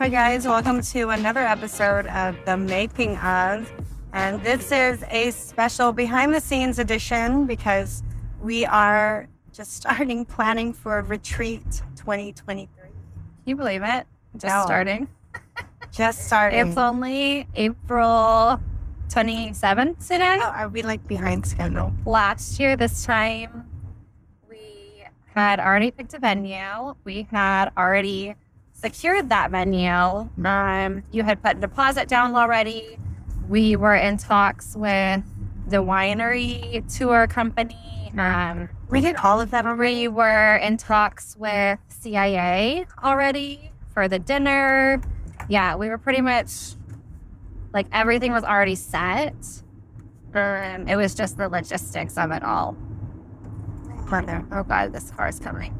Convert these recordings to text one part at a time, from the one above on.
Hi, guys. Welcome to another episode of The Making of. And this is a special behind the scenes edition because we are just starting planning for Retreat 2023. Can you believe it? Just No. starting. Just starting. It's only April 27th today. Oh, are we like behind schedule? Last year, this time, we had already picked a venue. We had already secured that venue. Um, you had put a deposit down already. We were in talks with the winery tour company. Um, We did all of that already. we were in talks with CIA already for the dinner. Yeah, we were pretty much like everything was already set. Um, it was just the logistics of it all. Mother. Oh god, this car is coming.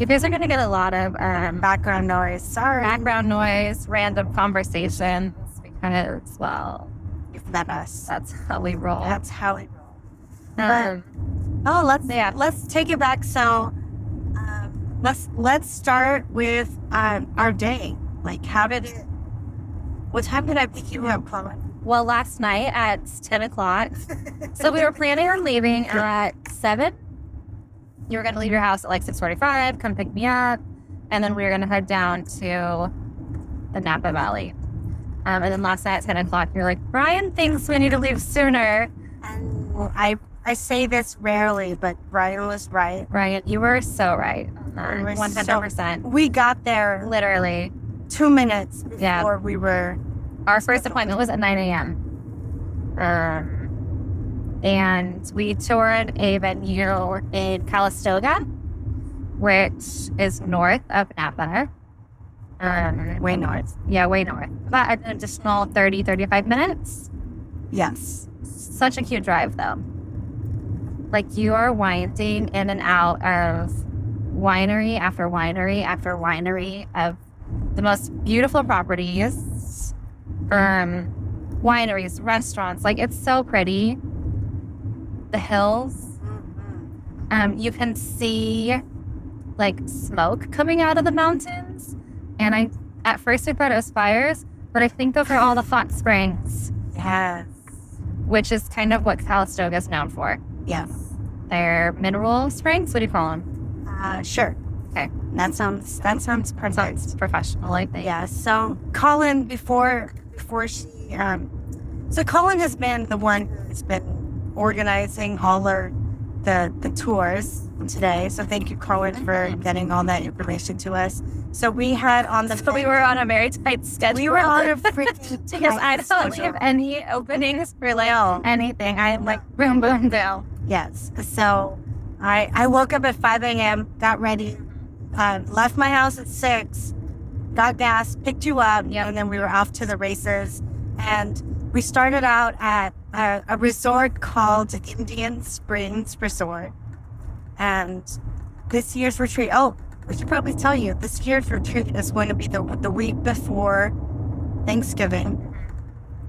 You guys are gonna get a lot of um, Background noise. Sorry. background noise, random conversations because well, You've let us. that's how we roll. That's how it rolls. Um, Oh, let's Yeah. let's take it back. So, um, let's let's start with um, our day. Like, how did it? What time did I pick you up, Chloe? well, last night at ten o'clock, so we were planning on leaving at seven. You were gonna leave your Mm-hmm. house at like six forty-five, come pick me up, and then we were gonna head down to the Napa Valley. Um, and then last night at ten o'clock, you're like, Brian thinks we need to leave sooner. And I I say this rarely, but Brian was right. Brian, you were so right. You were so- One hundred percent. We got there Literally, two minutes before Yeah. we were. our first appointment was at nine a.m. Um, and we toured a venue in Calistoga, which is north of Napa. Um, Way north. Yeah, way north. About an additional 30, 35 minutes. Yes. Such a cute drive, though. Like you are winding in and out of winery after winery after winery of the most beautiful properties, um, wineries, restaurants. Like it's so pretty. The hills. Um, you can see like smoke coming out of the mountains, and I at first I thought it was fires, but I think those are all the hot springs Yes. which is kind of what Calistoga is known for. Yes. Their mineral springs, what do you call them? Uh, sure. Okay. That sounds that sounds perfect. Sounds professional, I think. Yeah. So Colin, before before she, um, so Colin has been the one who's been organizing all our the the tours today. So thank you, Colin, for getting all that information to us. So we had on the So we were on a very tight schedule. we were on a freaking because I tight don't schedule. have any openings for like No. anything. I'm like boom, boom, boom. Yes. So I I woke up at 5 a.m., got ready, um, left my house at 6, got gas, picked you up, Yep. and then we were off to the races. And we started out at a, a resort called Indian Springs Resort. And this year's retreat, oh, we should probably tell you, this year's retreat is going to be the, the week before Thanksgiving.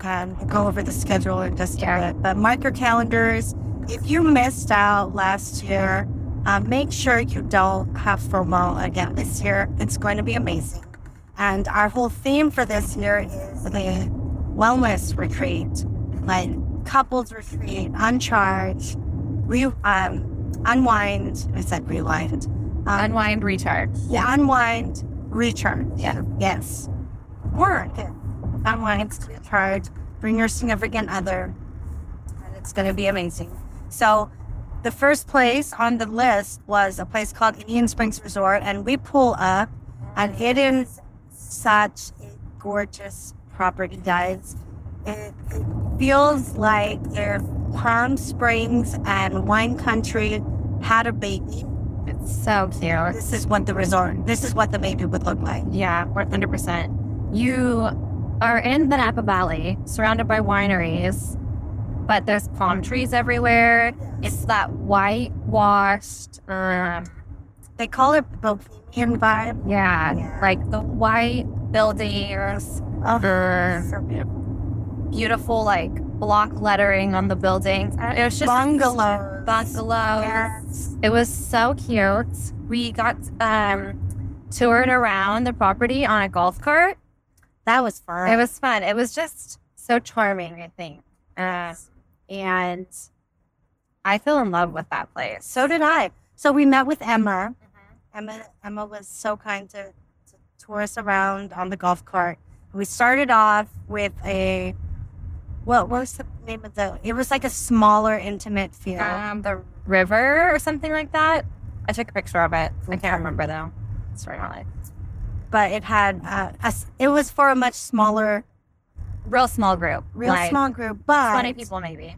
Um, we'll go over the schedule in just Yeah. a bit. But mark your calendars. If you missed out last year, uh, make sure you don't have FOMO again this year. It's going to be amazing. And our whole theme for this year is the wellness retreat, like couples retreat, uncharge, re- um, unwind. I said rewind. Um, Unwind, recharge. yeah, unwind, recharge. Yeah. Yes. Work. Unwind, recharge. Bring your significant other. And it's going to be amazing. So, the first place on the list was a place called Indian Springs Resort. And we pull up, and it is such a gorgeous property, guys. It, it feels like their Palm Springs and wine country had a baby It's so cute. this is what the resort this is what the baby would look like Yeah, one hundred percent. You are in the Napa Valley, surrounded by wineries, but there's palm trees everywhere. It's that whitewashed, um, they call it bohemian vibe yeah, Yeah. like the white buildings, um, of the beautiful like block lettering on the buildings. I- It was just bungalows bungalows. Yes. It was so cute. We got um, toured around the property on a golf cart. That was fun. It was fun. It was just so charming, I think. Uh, and I fell in love with that place. so did I. So we met with Emma. Emma Emma was so kind to, to tour us around on the golf cart. We started off with a what what was the name of the? It was like a smaller, intimate feel. Um, the river or something like that. I took a picture of it. I Okay. can't remember though. Sorry, my life. but it had uh, a s it was for a much smaller, Real small group. real like small group. But Twenty people maybe.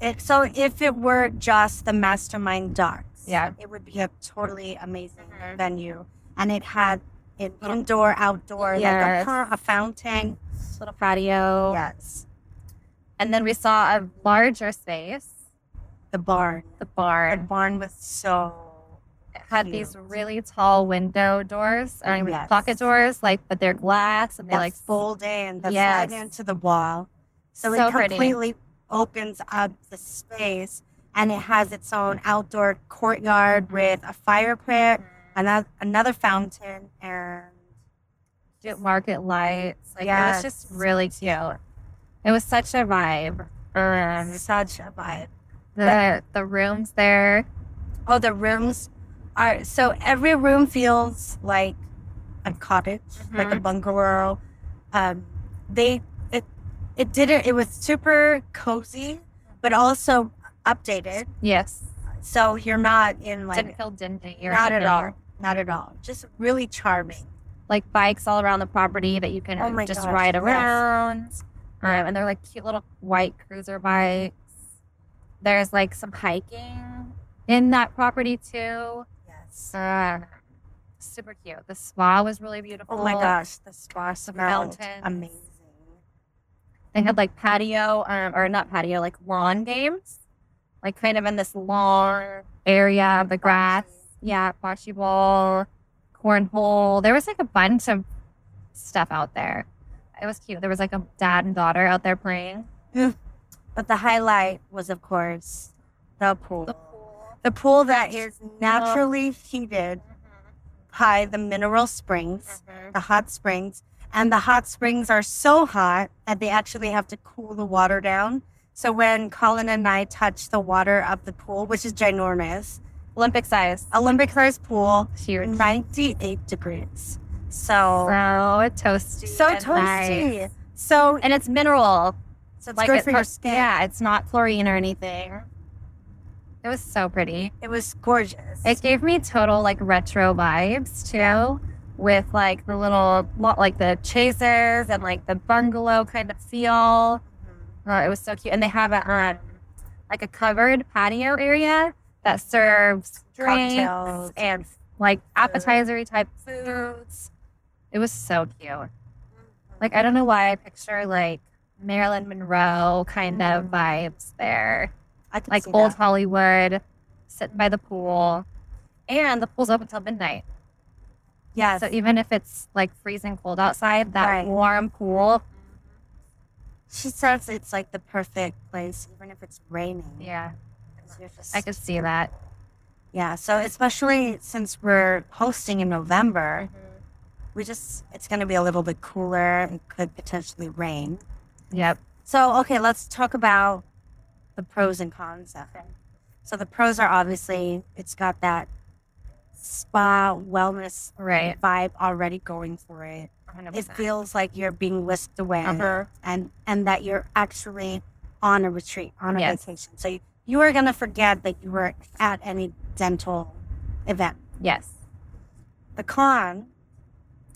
It, so if it were just the mastermind darts, Yeah. it would be a totally amazing Mhm. venue, and it had an indoor, outdoor, Yes. like a, pu- a fountain. Little patio. Yes, And then we saw a larger space, the barn. the The barn. barn was so It had these really tall window doors, or like Yes. pocket doors, like but they're glass and they that like folded and that Yes. slide into the wall, so, So it pretty. completely opens up the space, and it has its own outdoor courtyard Mm-hmm. with a fire pit, another another fountain, and Get market lights. Like it was just Yes. really cute. It was such a vibe. Um, such a vibe. the the rooms there. Oh, the rooms are so every room feels like a cottage, like a Mm-hmm. bungalow. Um, they it it didn't. It was super cozy, but also updated. Yes. So you're not in Didn't like feel dingy. or not at anything. all, not at all. Just really charming. Like bikes all around the property that you can Oh my just gosh, ride yes. around. Um, and they're like cute little white cruiser bikes. There's like some hiking in that property too. Yes. Uh, super cute. The spa was really beautiful. Oh my gosh, the spa smelled mountains. amazing. They Mm-hmm. had like patio, um, or not patio, like lawn games, like kind of in this lawn area of the grass. Yeah, bocce ball, cornhole. There was like a bunch of stuff out there. It was cute. There was like a dad and daughter out there playing. But the highlight was, of course, the pool. The pool. The pool that is naturally heated Mm-hmm. by the mineral springs, the hot springs. And the hot springs are so hot that they actually have to cool the water down. So when Colin and I touched the water of the pool, which is ginormous, Olympic size. Olympic size pool, Huge. 98 degrees. So So, Mm-hmm. toasty. so and nice. toasty. So, And it's mineral. so it's like good it for your per- skin. Yeah, it's not chlorine or anything. It was so pretty. It was gorgeous. It gave me total like retro vibes too, with like the little lo- like the chasers and like the bungalow kind of feel. Mm-hmm. Uh, it was so cute, and they have a um, like a covered patio area that serves drinks Cocktails. and like appetizer type foods. It was so cute. Like I don't know why I picture like Marilyn Monroe kind of Mm. vibes there I could like see old that. Hollywood, sitting by the pool, and the pool's open till midnight. Yes. So even if it's like freezing cold outside, that Right. warm pool, She says it's like the perfect place, even if it's raining. yeah, 'Cause you're just- I could see that. yeah. So especially since we're hosting in November, we just it's going to be a little bit cooler. It could potentially rain. Yep. So okay, let's talk about the pros and cons of it. So the pros are obviously it's got that spa wellness Right. vibe already going for it. 100%. It feels like you're being whisked away. Uh-huh. and and that you're actually on a retreat on a Yes. vacation so you, you are going to forget that you were at any dental event Yes. the con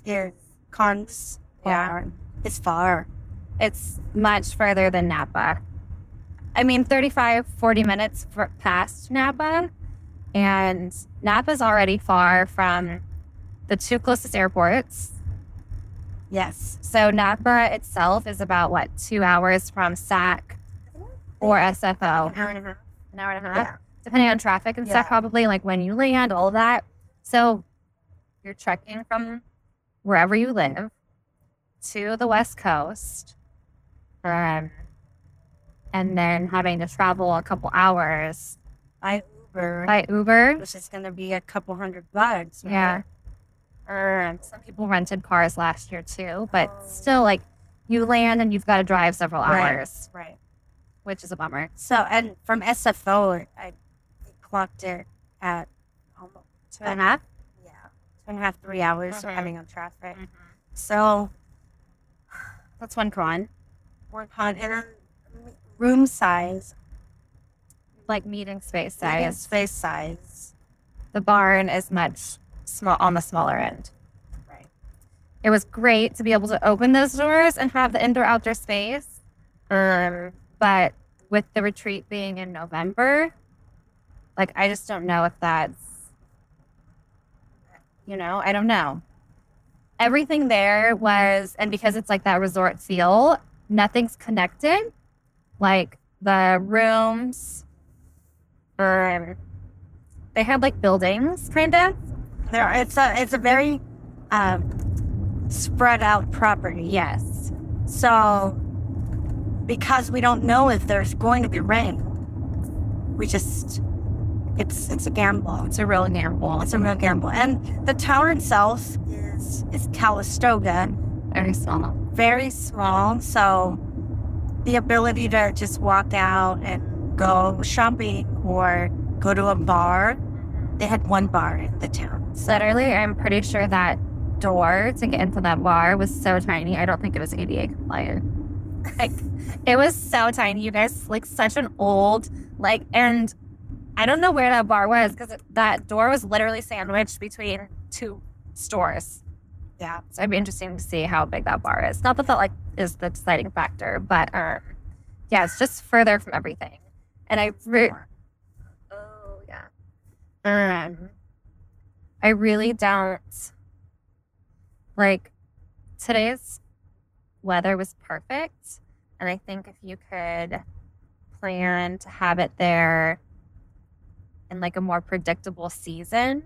is cons Yeah. are, is far It's much further than Napa. I mean, 35, 40 minutes for, past Napa. And Napa's already far from the two closest airports. yes So Napa itself is about what two hours from SAC or SFO, An hour and a half. an hour and a half, Yeah. depending on traffic and stuff, Yeah. probably like when you land, all that. So you're trekking from wherever you live to the West Coast, um, and then having to travel a couple hours by uber by Uber. which is going to be a couple hundred bucks right? Yeah. or some people rented cars last year too, but still, like, you land and you've got to drive several Right. hours, Right. which is a bummer. So, and from SFO, I clocked it at almost two But and a half, yeah, two and a half, three hours Mhm. depending on traffic. So, That's one con. work on inter- room size, Like meeting space meeting size. space size. The barn is much small on the smaller end. Right. It was great to be able to open those doors and have the indoor outdoor space. Um, but with the retreat being in November, like I just don't know if that's you know, I don't know. Everything there was and because it's like that resort feel, nothing's connected. Like the rooms um, they had like buildings kind of. There, are- it's a it's a very um, spread out property. Yes. So, because we don't know if there's going to be rain, we just it's it's a gamble. It's a real gamble. It's a real gamble. And the town itself is is Calistoga, very small. very small. So, the ability to just walk out and go shopping or go to a bar. They had one bar in the town. So Literally, I'm pretty sure that door to get into that bar was so tiny. I don't think it was ADA compliant. Like, it was so tiny. You guys, like, such an old, like, and I don't know where that bar was because that door was literally sandwiched between two stores. yeah, So it'd be interesting to see how big that bar is. Not that that like is the deciding factor, but um, yeah, it's just further from everything. And I re- oh yeah, um, I really don't like today's weather was perfect, and I think if you could plan to have it there in like a more predictable season,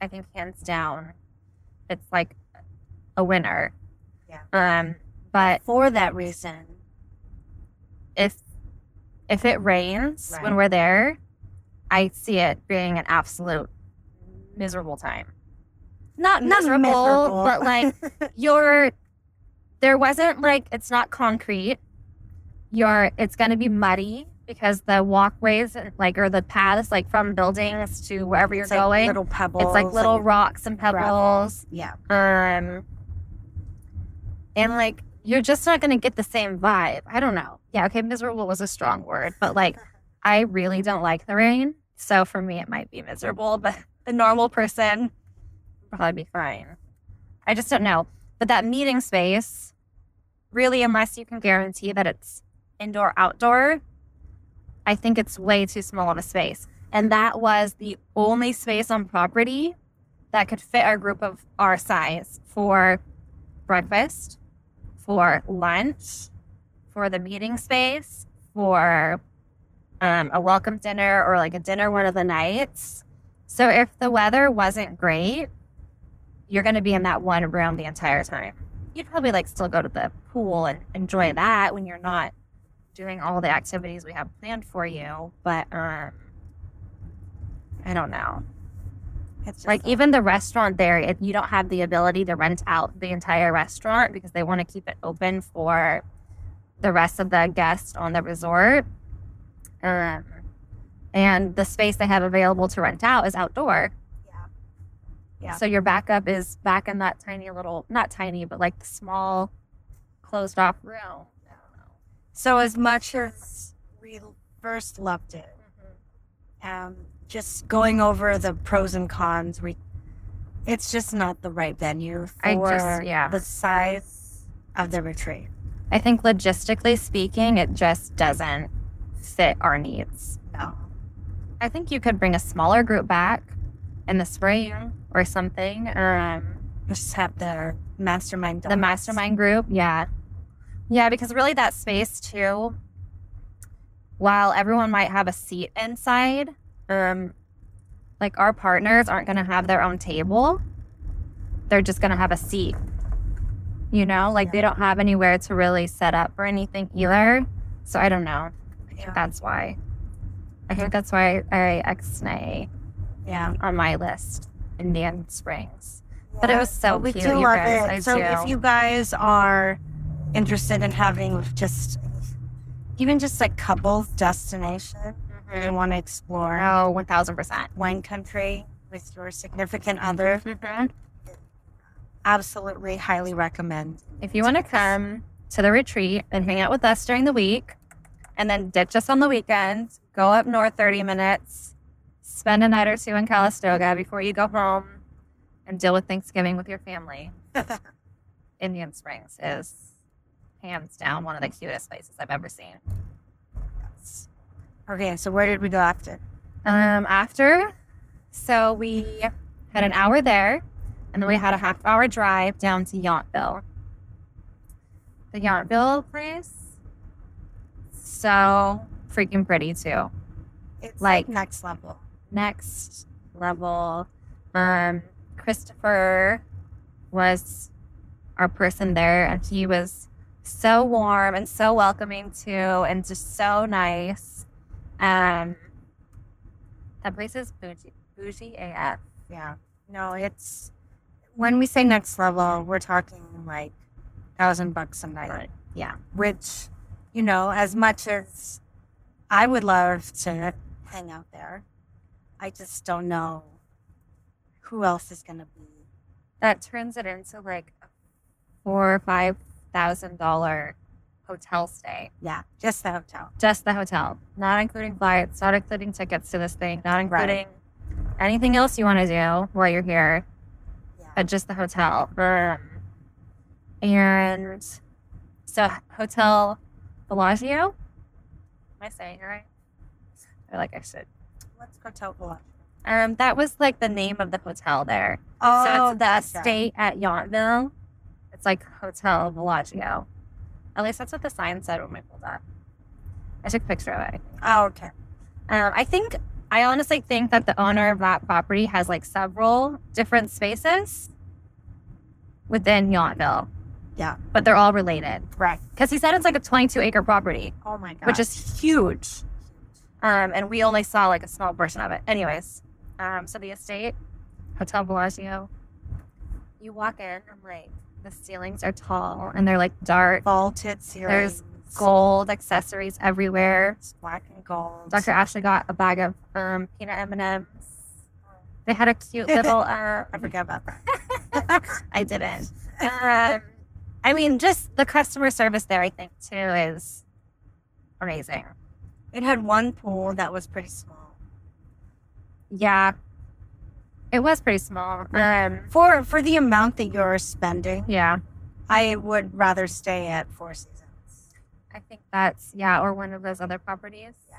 I think hands down it's like a winner. Yeah. Um, but for that reason, if if it rains Right. when we're there, I see it being an absolute miserable time. Not Not miserable, miserable. but like you're there wasn't like it's not concrete. You're it's gonna be muddy because the walkways and like or the paths like from buildings to wherever you're it's like going. little pebbles. it's like little and- rocks and gravel. pebbles. yeah, Um, and like you're just not gonna get the same vibe. I don't know. Yeah, okay, miserable was a strong word, but like I really don't like the rain, so for me it might be miserable. But the normal person would probably be fine. I just don't know. But that meeting space, really, unless you can guarantee that it's indoor outdoor, I think it's way too small of a space. And that was the only space on property that could fit our group of our size for breakfast, for lunch, for the meeting space, for um, a welcome dinner or like a dinner one of the nights. So if the weather wasn't great, you're going to be in that one room the entire time. You'd probably like still go to the pool and enjoy that when you're not doing all the activities we have planned for you. But um, I don't know it's just like even the restaurant there if you don't have the ability to rent out the entire restaurant because they want to keep it open for the rest of the guests on the resort um, and the space they have available to rent out is outdoor yeah. Yeah. so your backup is back in that tiny little not tiny but like the small closed off room I don't know. So as much as we first loved it, um, just going over the pros and cons, we it's just not the right venue for I just yeah the size of the retreat. I think logistically speaking it just doesn't fit our needs No, I think you could bring a smaller group back in the spring or something, or um, we just have the mastermind. the dogs. mastermind group. Yeah, yeah, because really that space too. While everyone might have a seat inside, um, like our partners aren't going to have their own table. They're just going to have a seat. You know, like they don't have anywhere to really set up or anything either. So I don't know. Yeah. That's why. I think that's why I ex nay yeah. on my list, Indian Springs. But it was so But we cute, do you love guys. it. I so if do. you guys are interested in having just even just like couples destination and want to explore Oh, 1000%. wine country with your significant other, absolutely highly recommend. If you want to come to the retreat and hang out with us during the week and then ditch us on the weekend, go up north 30 minutes, spend a night or two in Calistoga before you go home and deal with Thanksgiving with your family. Indian Springs is hands down one of the cutest places I've ever seen. Okay, so where did we go after? Um, after, so we had an hour there, and then we had a half hour drive down to Yountville. The Yountville place, so freaking pretty too. It's Like- next level. Next level, um, Christopher was our person there, and he was so warm and so welcoming too, and just so nice. Um, that place is bougie, bougie AF. Yeah. No, it's when we say next level, we're talking like thousand bucks a night. Right. Yeah. Which, you know, as much as I would love to hang out there, I just don't know who else is gonna be. that turns it into like a four or five thousand dollar hotel stay. Yeah, just the hotel. Just the hotel, not including flights, not including tickets to this thing, not Right. including anything else you want to do while you're here, Yeah. but just the hotel. Um, And so, Hotel Bellagio. Am I saying it right? I feel like I should. Let's go to Oklahoma. Um, that was like the name of the hotel there. Oh, so it's Oh, the estate at Yountville. It's like Hotel Bellagio. At least that's what the sign said when we pulled up. I took a picture of it. Oh, okay. Um, I think I honestly think that the owner of that property has like several different spaces within Yountville. Yeah. but they're all related Right. because he said it's like a 22 acre property, Oh my god. which is huge. Um, and we only saw like a small portion of it. Anyways, um, so the estate, Hotel Bellagio, you walk in, I'm like, the ceilings are tall and they're like dark, vaulted ceilings. gold accessories everywhere. It's black and gold. Dr. Ashley got a bag of um, peanut M&Ms. They had a cute little, uh, I forgot about that. I didn't. Um, I mean, just the customer service there, I think too, is amazing. It had one pool that was pretty small. Yeah. It was pretty small. Um, For for the amount that you're spending, yeah. I would rather stay at Four Seasons I think that's yeah, or one of those other properties. Yeah.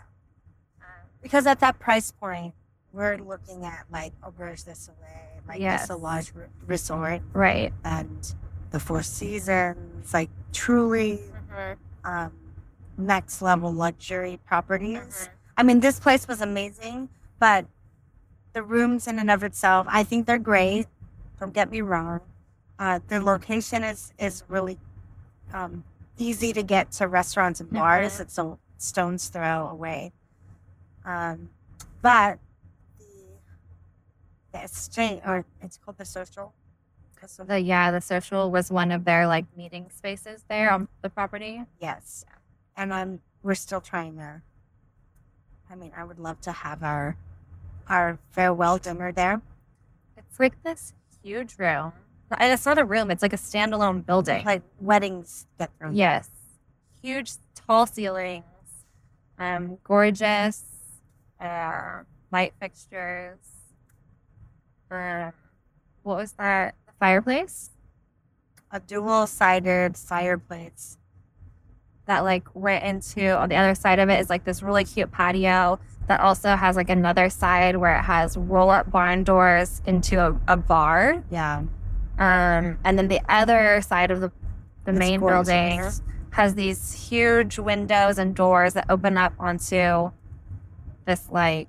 Um, because at that price point, we're looking at like Auberge this way, like Yes. the Solage Re- Resort right. and the Four Seasons, like truly um, next level luxury properties. I mean, this place was amazing, but the rooms in and of itself, I think they're great. Don't get me wrong. Uh, the location is is really um, easy to get to restaurants and bars. Mhm. It's a stone's throw away. Um, but the the exchange, or it's called the social. the social- The yeah, the social was one of their like meeting spaces there on the property. Yes, and I'm we're still trying to. I mean, I would love to have our our farewell dinner there. It's like this huge room. And it's not a room, it's like a standalone building. like weddings get thrown. yes. Huge tall ceilings. Um, gorgeous uh, light fixtures. Um, what was that? The fireplace? A dual sided fireplace. that like went into on the other side of it is like this really cute patio that also has like another side where it has roll up barn doors into a, a bar. Yeah. Um, and then the other side of the, the it's main gorgeous. building has these huge windows and doors that open up onto this like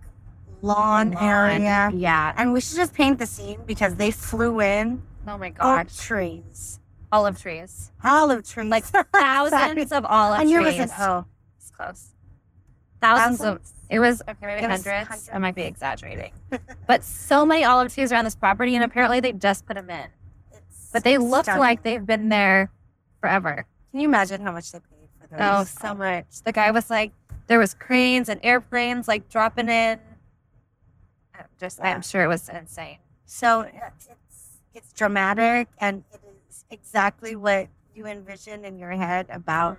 Lawn, area. Yeah. And we should just paint the scene because they flew in Oh my oak gosh. trees. Olive trees. Olive trees. Like thousands of olive and trees. you was an oh. It's close. thousands of Thousands? it was Okay, maybe it was hundreds. hundreds. I might be exaggerating, but so many olive trees around this property, and apparently they just put them in. It's But they look stunning. like they've been there forever. Can you imagine how much they paid for those? Oh, so much. The guy was like, there was cranes and airplanes like dropping in. I'm just, Yeah. I'm sure it was insane. So it's it's dramatic and it is exactly what you envision in your head about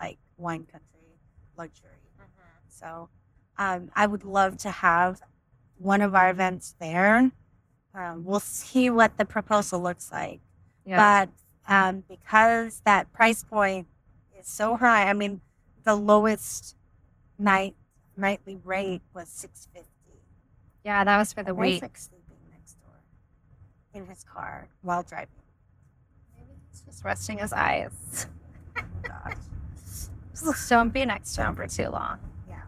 like wine country luxury. Mm-hmm. So um, I would love to have one of our events there. Um, we'll see what the proposal looks like. Yeah. But um, because that price point is so high, I mean, the lowest night nightly rate was six fifty. yeah, that was for the And he's, week. like sleeping next door in his car while driving. Just resting his eyes. Gosh. Don't be next to him for too long. Yeah.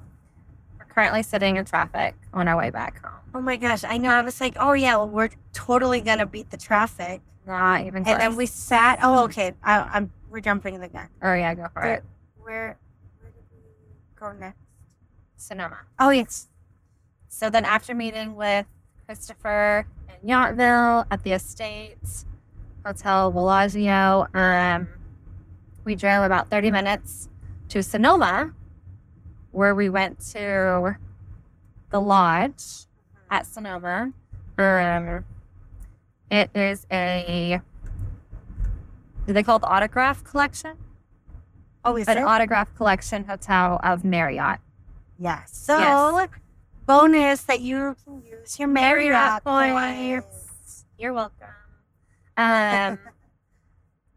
We're currently sitting in traffic on our way back home. Oh my gosh! I know. I was like, "Oh yeah, well, we're totally gonna beat the traffic." Not even close. And then we sat. Oh, okay. I, I'm we're jumping the gun. oh, yeah, go for There- it. Where where did we go next? Sonoma. Oh yes. So then, after meeting with Christopher in Yountville at the Estates Hotel Bellagio, um, we drove about 30 minutes to Sonoma, where we went to the lodge at Sonoma. Um, it is a, do they call it the Autograph Collection? Oh, is An it? Autograph Collection Hotel of Marriott. yes. So Yes. bonus that you can use your Marriott Marriott points. You're welcome. Um,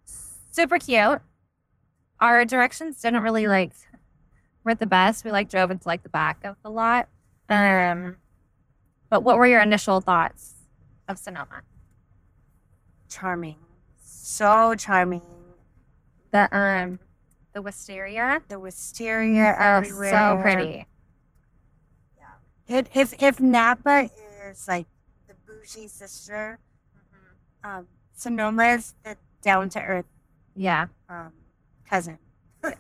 super cute. Our directions didn't really like weren't the best. We like drove into like the back of the lot. Um, but what were your initial thoughts of Sonoma? Charming. So charming. The um, the wisteria. The wisteria Oh, everywhere. so pretty. It, if if Napa is like the bougie sister, um, Sonoma is the down to earth Yeah, um, cousin, Yeah.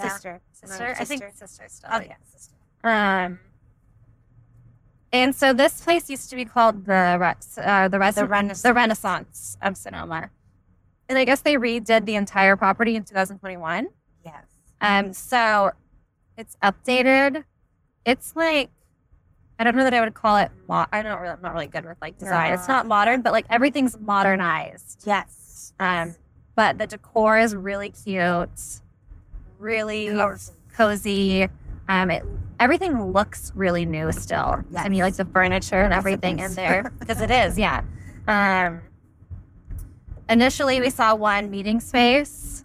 sister, sister. I think sister. sister still. Oh yeah. yeah, sister. Um, and so this place used to be called the Rex, uh, the, Res- The Renaissance. the Renaissance of Sonoma, and I guess they redid the entire property in 2021. Yes. Um, so it's updated. It's like I don't know that I would call it. Mo- I don't really. I'm not really good with like design. It's Yeah. not modern, but like everything's modernized. Yes. Um, but the decor is really cute, really Cozy. cozy. Um, it everything looks really new still. I Yes. mean, like the furniture and Yes, it everything in is. there because it is, yeah. Um, initially, we saw one meeting space,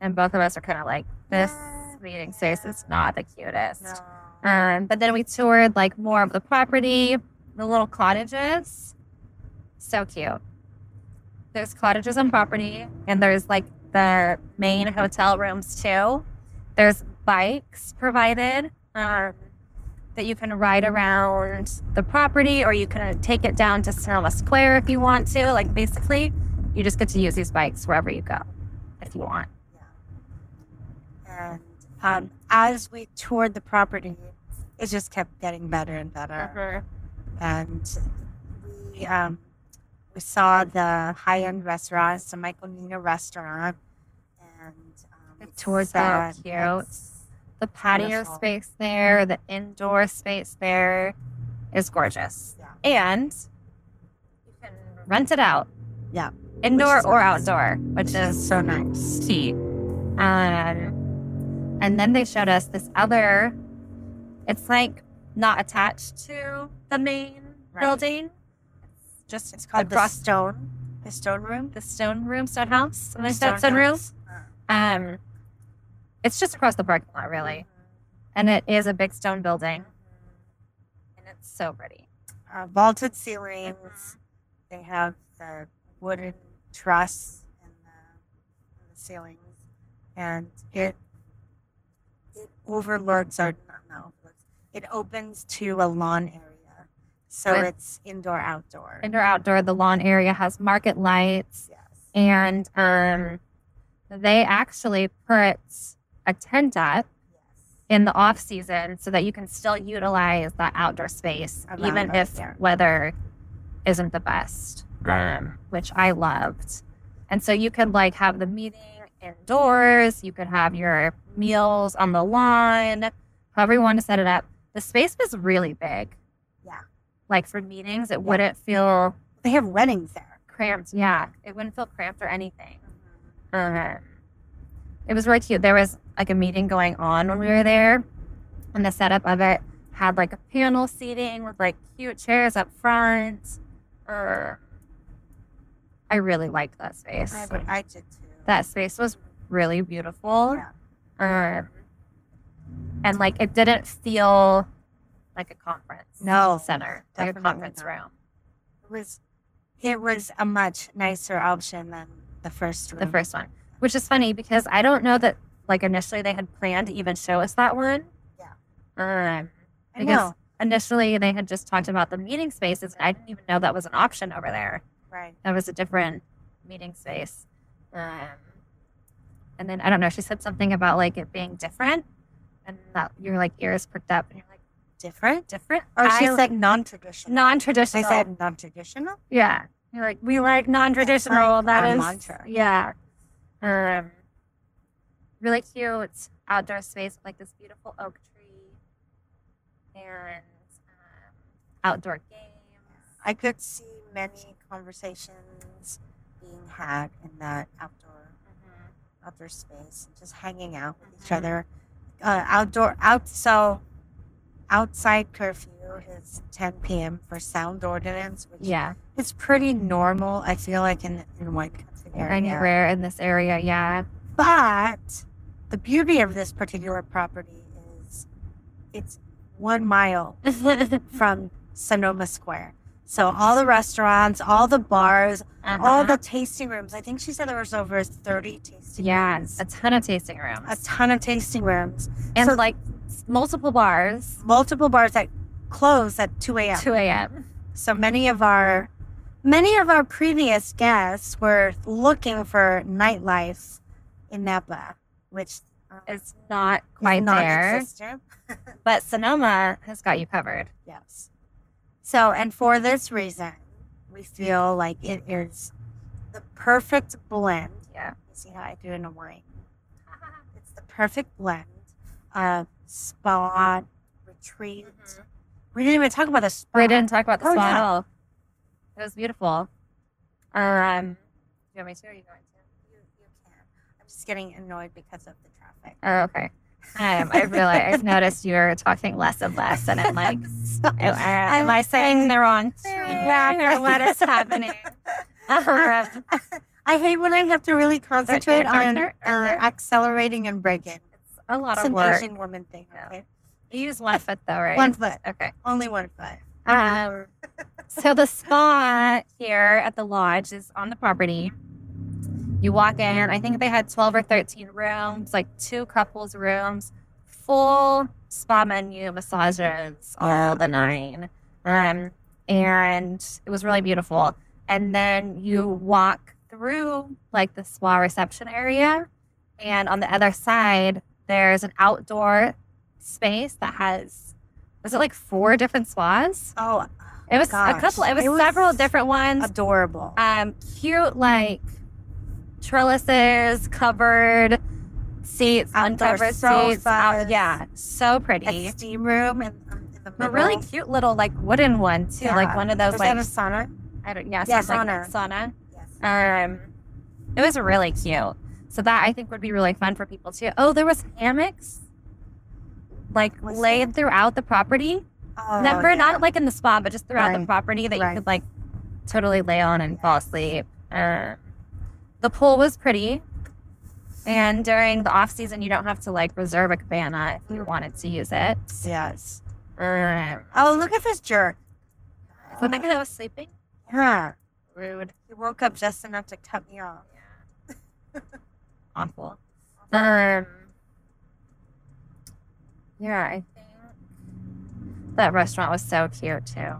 and both of us are kind of like, this Yeah, meeting space is not the cutest. No. Um, but then we toured like more of the property, the little cottages. So cute. There's cottages on property, and there's like the main hotel rooms too. There's bikes provided um, that you can ride around the property, or you can take it down to Sonoma Square if you want to. Like basically, you just get to use these bikes wherever you go if you want. And um, as we toured the property, it just kept getting better and better. Mm-hmm. and we um, we saw the high end restaurant, it's a Michael Nina restaurant, and um, The it's tours are set, cute. it's- The patio Beautiful. space there, the indoor space there is gorgeous. Yeah. And you can rent it out. Yeah. Which Indoor is or nice. outdoor, which is so nice. tea. Um, and then they showed us this other, it's like not attached to the main Right. building, just It's called across the Stone, the Stone Room. the stone room, stone house. And there's Stone that stone room. House. Uh, Um, it's just across the parking lot, really. mm-hmm. And it is a big stone building. and it's so pretty. uh, vaulted ceilings. They have the wooden truss in the, in the ceilings, and it it overlooks or not no, overlooks- it opens to a lawn area, so With- it's indoor outdoor. Indoor, outdoor, the lawn area has market lights, yes. and um, they actually put a tent up Yes. in the off season so that you can still utilize that outdoor space, I love even it, if yeah. weather isn't the best, Right. um, which I loved. And so you could like have the meeting indoors, you could have your meals on the lawn, however you want to set it up. The space was really big. Yeah. Like for meetings, it wouldn't feel They have weddings there. cramped. Yeah, it wouldn't feel cramped or anything. Uh, it was really cute. There was like a meeting going on when we were there, and the setup of it had like a panel seating with like cute chairs up front. Uh, I really liked that space. I, would, I did too. That space was really beautiful. Yeah. Uh, and like it didn't feel like a conference No, center, like a definitely conference not. room. It was, it was a much nicer option than the first room. the first one, which is funny because I don't know that like initially they had planned to even show us that one. Yeah. Um, I because know, initially they had just talked about the meeting spaces, and I didn't even know that was an option over there. right? That was a different meeting space. Um, and then I don't know. She said something about like it being different, and that your like ears pricked up, and you're like Different. different. Or I she like said non-traditional. non-traditional. They said non-traditional. Yeah. You're like, we like non traditional. like That our is mantra. Yeah. Um, really cute outdoor space with like this beautiful oak tree and um, outdoor games. I could see many conversations being had in that outdoor outdoor space, just hanging out with each Mhm. other. Uh, outdoor out so outside curfew is 10 p.m. for sound ordinance, which Yeah. is pretty normal. I feel like in in White Country area. Anywhere in this area. Yeah. But the beauty of this particular property is it's one mile from Sonoma Square. So all the restaurants, all the bars, Uh-huh. all the tasting rooms. I think she said there was over 30 tasting yeah, rooms. a ton of tasting rooms A ton of tasting rooms. and so- like s- multiple bars. Multiple bars that close at 2 a.m. Two a.m. So many of our many of our previous guests were looking for nightlife in Napa, which uh, is It's not quite there, non-existent. but Sonoma has got you covered. Yes. So, and for this reason, we feel like it is the perfect blend. Yeah. You see how I do in a wine? It's the perfect blend of spa, retreat. Mm-hmm. We didn't even talk about the spa. We didn't talk about the Oh, spa at yeah. all. It was beautiful. Um, you want me to? Or you going You, you can. I'm just getting annoyed because of the traffic. to? Oh, okay. Um, I really, I've noticed you're talking less and less, and I'm like, So- am I- Oh, uh, am I saying the wrong track or what is happening? Um, I hate when I have to really concentrate on uh, Or- or- accelerating and braking. a lot It's of an work. Asian woman thing. Yeah. Okay? You use one foot though, right? One foot, Okay. only one foot. Um, so the spa here at the lodge is on the property. You walk in. I think they had twelve or thirteen rooms, like two couples rooms, full spa menu, massages, all the nine. Um, and it was really beautiful. And then you walk through like the spa reception area, and on the other side there's an outdoor space that has was it like four different spas? Oh, It was a Gosh. couple. It was, It was several different ones. adorable. Um, cute like trellises, covered seats, Outdoor uncovered seats. out- sofas. yeah, so pretty. a steam room in, um, in the middle. But really cute little like wooden one too, like Yeah. one of those Is like that a sauna? Uh, I don't yeah, Yeah, so like sauna. sauna. Yes. Um, it was really cute. So that I think would be really fun for people too. Oh, there was hammocks, like Was laid there? throughout the property. Oh, Never yeah. not like in the spa, but just throughout the Right. property that you Right. could like totally lay on and fall asleep. Uh, the pool was pretty, and during the off season, you don't have to like reserve a cabana if you wanted to use it. Yes. Uh, Oh, look at this jerk. When I was sleeping, Huh. rude, He woke up just enough to cut me off. awful. Um, yeah, I think that restaurant was so cute too.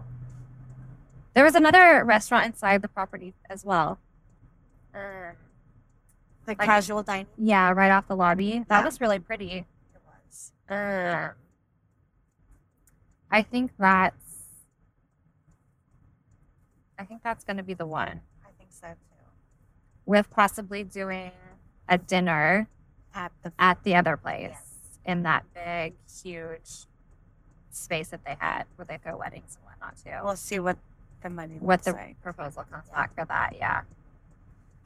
There was another restaurant inside the property as well. Um, The Like- casual dining. Yeah, right off the lobby. That Yeah. was really pretty. It was. Yes. Ugh. I think that's. I think that's going to be the one I think so too. with possibly doing a dinner At the at the other place Yes. in that big, huge space that they had where they throw weddings and whatnot too. we'll see what the money what looks the like. proposal comes back for that, yeah.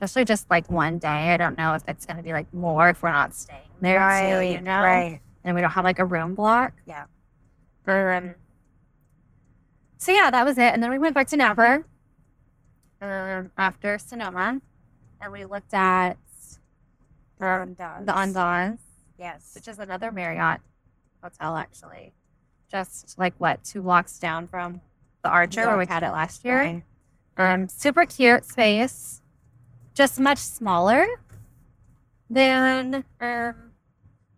Especially just like one day. I don't know if it's going to be like more if we're not staying there. too, you know? Right. and we don't have like a room block. Yeah. Um, so yeah, that was it. And then we went back to Napa um, after Sonoma, and we looked at um, The Andaz. the Andaz, Yes. which is another Marriott hotel actually, just like what two blocks down from the Archer where we had it last year. Right. Um, super cute space, just much smaller than um,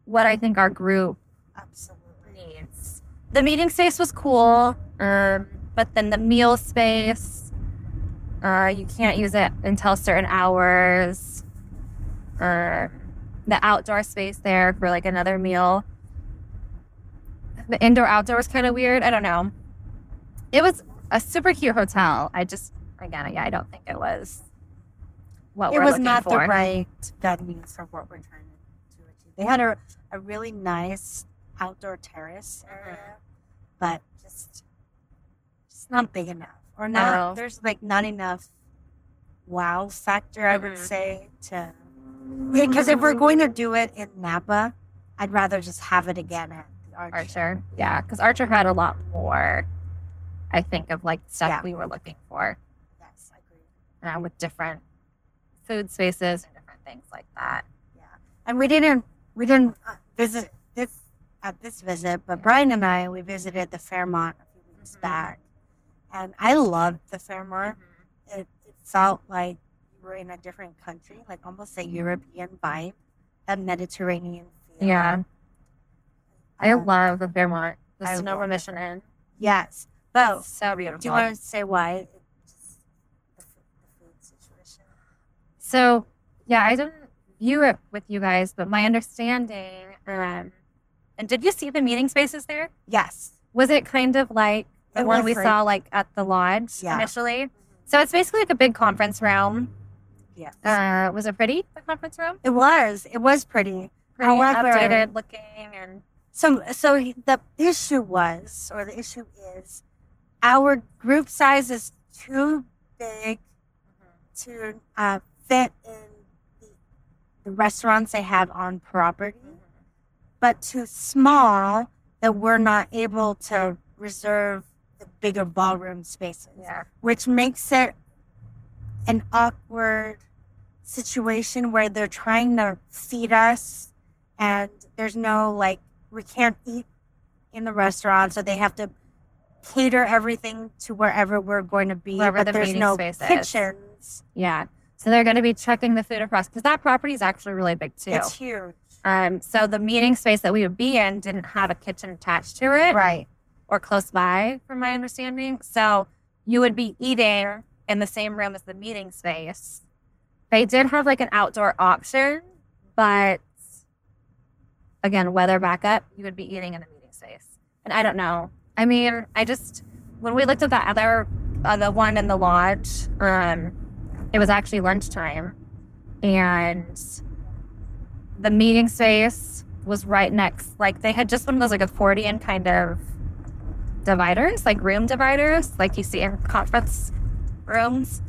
what I think our group Absolutely. needs. The meeting space was cool, um, but then the meal space, uh, you can't use it until certain hours. Or the outdoor space there for like another meal. The indoor outdoor was kind of weird. I don't know. It was a super cute hotel. I just again, yeah, I don't think it was it what we're was looking not for. the right venue for what we're trying to achieve. They had a, a really nice outdoor terrace area, but just just not big enough, or not. No. There's like not enough wow factor, I would Mhm. say, to because if we're going to do it in Napa, I'd rather just have it again at the Archer. Archer. Yeah, because Archer had a lot more, I think, of like stuff Yeah. we were looking for Yes, I agree. uh, with different food spaces and different things like that. and we didn't we didn't uh, visit this at this visit, but Brian and I we visited the Fairmont a few weeks Mhm. back, and I loved the Fairmont. It, it felt like you were in a different country, like almost a European vibe, a Mediterranean feel. Yeah, I Um, love the Fairmont, the I love Sonoma it. Oh, Mission Inn. yes. But so do beautiful. you want to say why? It just- the food- the food situation. So, yeah, I didn't view it with you guys, but my understanding, um, and did you see the meeting spaces there? Yes. Was it kind of like the It one was we like- saw like at the lodge Yeah. initially? So it's basically like a big conference room. Yes. Uh, was it pretty? The conference room. it was. It was pretty. pretty However- updated looking and So, so he- the issue was, or the issue is, our group size is too big to uh, fit in the, the restaurants they have on property, mm-hmm. but too small that we're not able to reserve the bigger ballroom spaces, yeah which makes it an awkward situation where they're trying to feed us and there's no like we can't eat in the restaurant so they have to cater everything to wherever we're going to be Wherever but the there's meeting no space is. kitchens yeah so they're going to be checking the food across because that property is actually really big too it's huge um so the meeting space that we would be in didn't have a kitchen attached to it right or close by from my understanding so you would be eating in the same room as the meeting space they did have like an outdoor option but again weather backup you would be eating in a meeting space and i don't know i mean i just when we looked at that other uh, the one in the lodge um it was actually lunchtime and the meeting space was right next like they had just one of those like accordion kind of dividers like room dividers like you see in conference rooms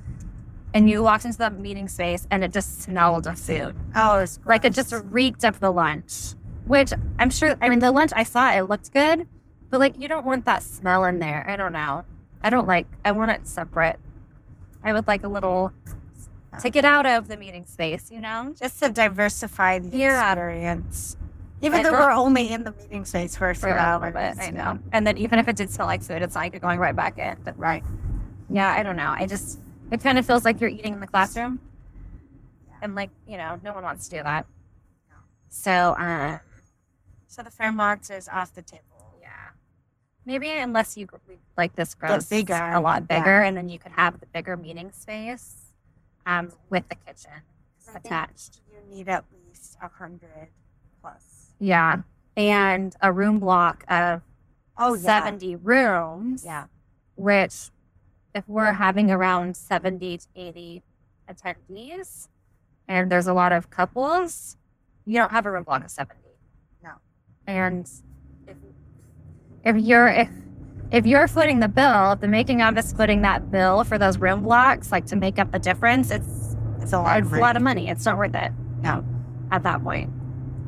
and you walked into the meeting space and it just smelled of food oh it's like it gross. just reeked of the lunch, which I'm sure, I mean, the lunch I saw, it looked good, but like you don't want that smell in there. I don't know. I don't like, I want it separate. I would like a little to get out of the meeting space, you know? just to diversify the Yeah. experience even I though don't- we're only in the meeting space for a few For a hours little bit. I know. And then even if it did smell like food, it's not like you're going right back in. But right yeah, I don't know. I just, it kind of feels like you're eating in the classroom. And like, you know, no one wants to do that. So, uh, so the fairmont is off the table Yeah. Maybe unless you gr- like this grows bigger, a lot yeah. bigger, and then you could have the bigger meeting space um, with the kitchen I think attached. you need at least a hundred plus Yeah. and a room block of Oh, yeah. 70 rooms. Yeah. Which, if we're having around 70 to 80 attendees, and there's a lot of couples, you don't have a room block of 70. No. And if, if you're, if, if you're footing the bill, if the making of is footing that bill for those room blocks, like to make up the difference, it's It's a lot. it's a of lot of money. It's not worth it. No. At that point.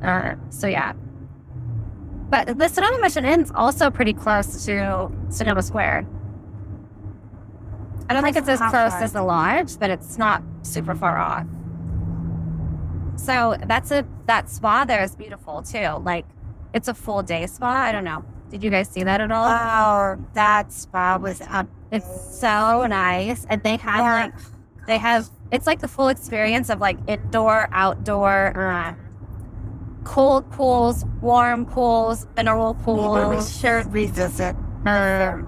Uh, so yeah. But the Sonoma Mission Inn's also pretty close to Sonoma Square. I don't think it's as How close far? as the lodge, but it's not super far off. So that's a that spa there is beautiful too. Like it's a full day spa. I don't know. Did you guys see that at all? Wow, that spa Uh, was up. It's so nice, and they have there. like they have it's like the full experience of like indoor, outdoor, um, cold pools, warm pools, mineral we pools. should revisit. um,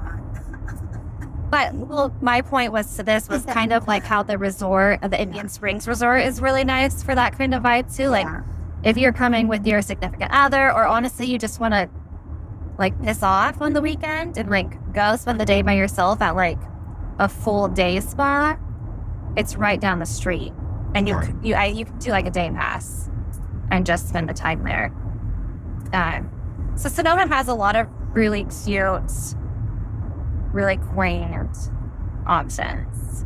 but well, my point was to this was kind of like how the resort, the Indian Springs Resort, is really nice for that kind of vibe too. Like Yeah. if you're coming with your significant other, or honestly, you just want to like piss off on the weekend and like go spend the day by yourself at like a full day spa, it's right down the street, and you c- you I, you can do like a day pass and just spend the time there. Um, so Sonoma has a lot of really cute, really quaint options.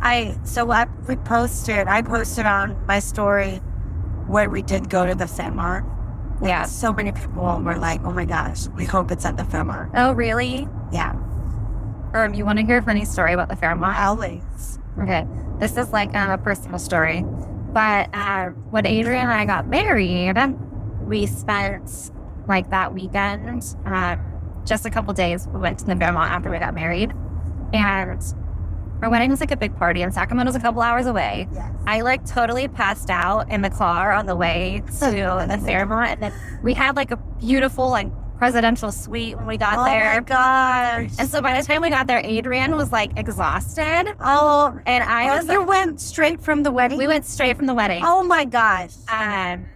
I so I we posted. I posted on my story where we did go to the FEMAR. Yeah. So many people were like, "Oh my gosh, we hope it's at the FEMAR." Oh, really? Yeah, Um, you want to hear a funny story about the Fairmont? always. Okay, this is like um, a personal story, but um, when Adrian and I got married, we spent like that weekend, um, just a couple days. We went to the Fairmont after we got married, and our wedding was like a big party, and Sacramento's a couple hours away. Yes. I like totally passed out in the car on the way to the Fairmont, and then we had like a beautiful like presidential suite when we got oh there. my gosh. And so by the time we got there, Adrian was like exhausted. Oh, And I I was also went straight from the wedding. we went straight from the wedding. oh my gosh. Um,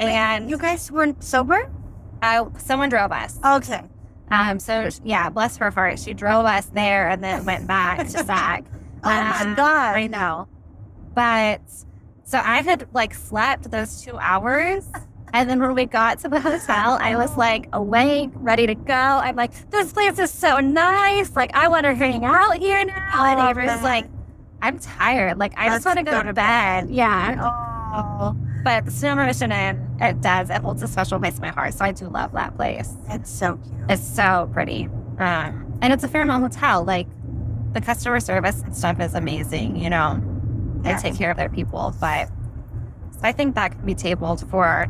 and you guys weren't sober? uh, someone drove us. Okay. Um, so sh- yeah, bless her for it. She drove us there and then went back to Zach. Oh my Um, god. I know, but so I had like slept those two hours. And then when we got to the hotel, I was like awake, ready to go. I'm like, this place is so nice. Like, I want to hang out here now. and Oh, Avery's man. like, I'm tired. Like, I That's just want to go so to bed. Yeah. Oh, But the Sonoma Mission Inn, it does. It holds a special place in my heart. So I do love that place. it's so cute. It's so pretty. Um, and it's a Fairmont hotel. Like the customer service and stuff is amazing, you know. They Yes. take care of their people. But so I think that can be tabled for.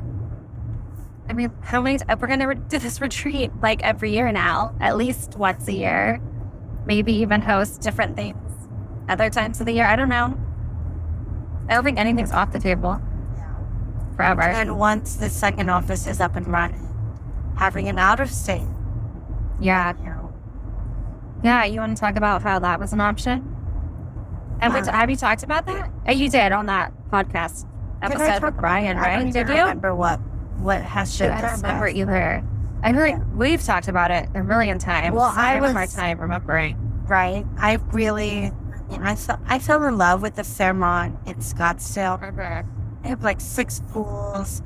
I mean, how many? We're going to re- do this retreat like every year now, at least once a year. Maybe even host different things other times of the year. I don't know. I don't think anything's off the table Yeah. forever. And once the second office is up and running, having an out of state, Yeah. you know, Yeah. You want to talk about how that was an option? Have, we Uh, have you talked about that? Oh, you did on that podcast Did I episode talk- with Brian, I right? don't Did even you? remember what what has Shoot, shit I don't discussed. remember e-, either. I feel like Yeah. we've talked about it a million times. Well, I have a hard was- time remembering. right? I really, I mean, I fell, I fell in love with the Fairmont in Scottsdale. They have like six pools,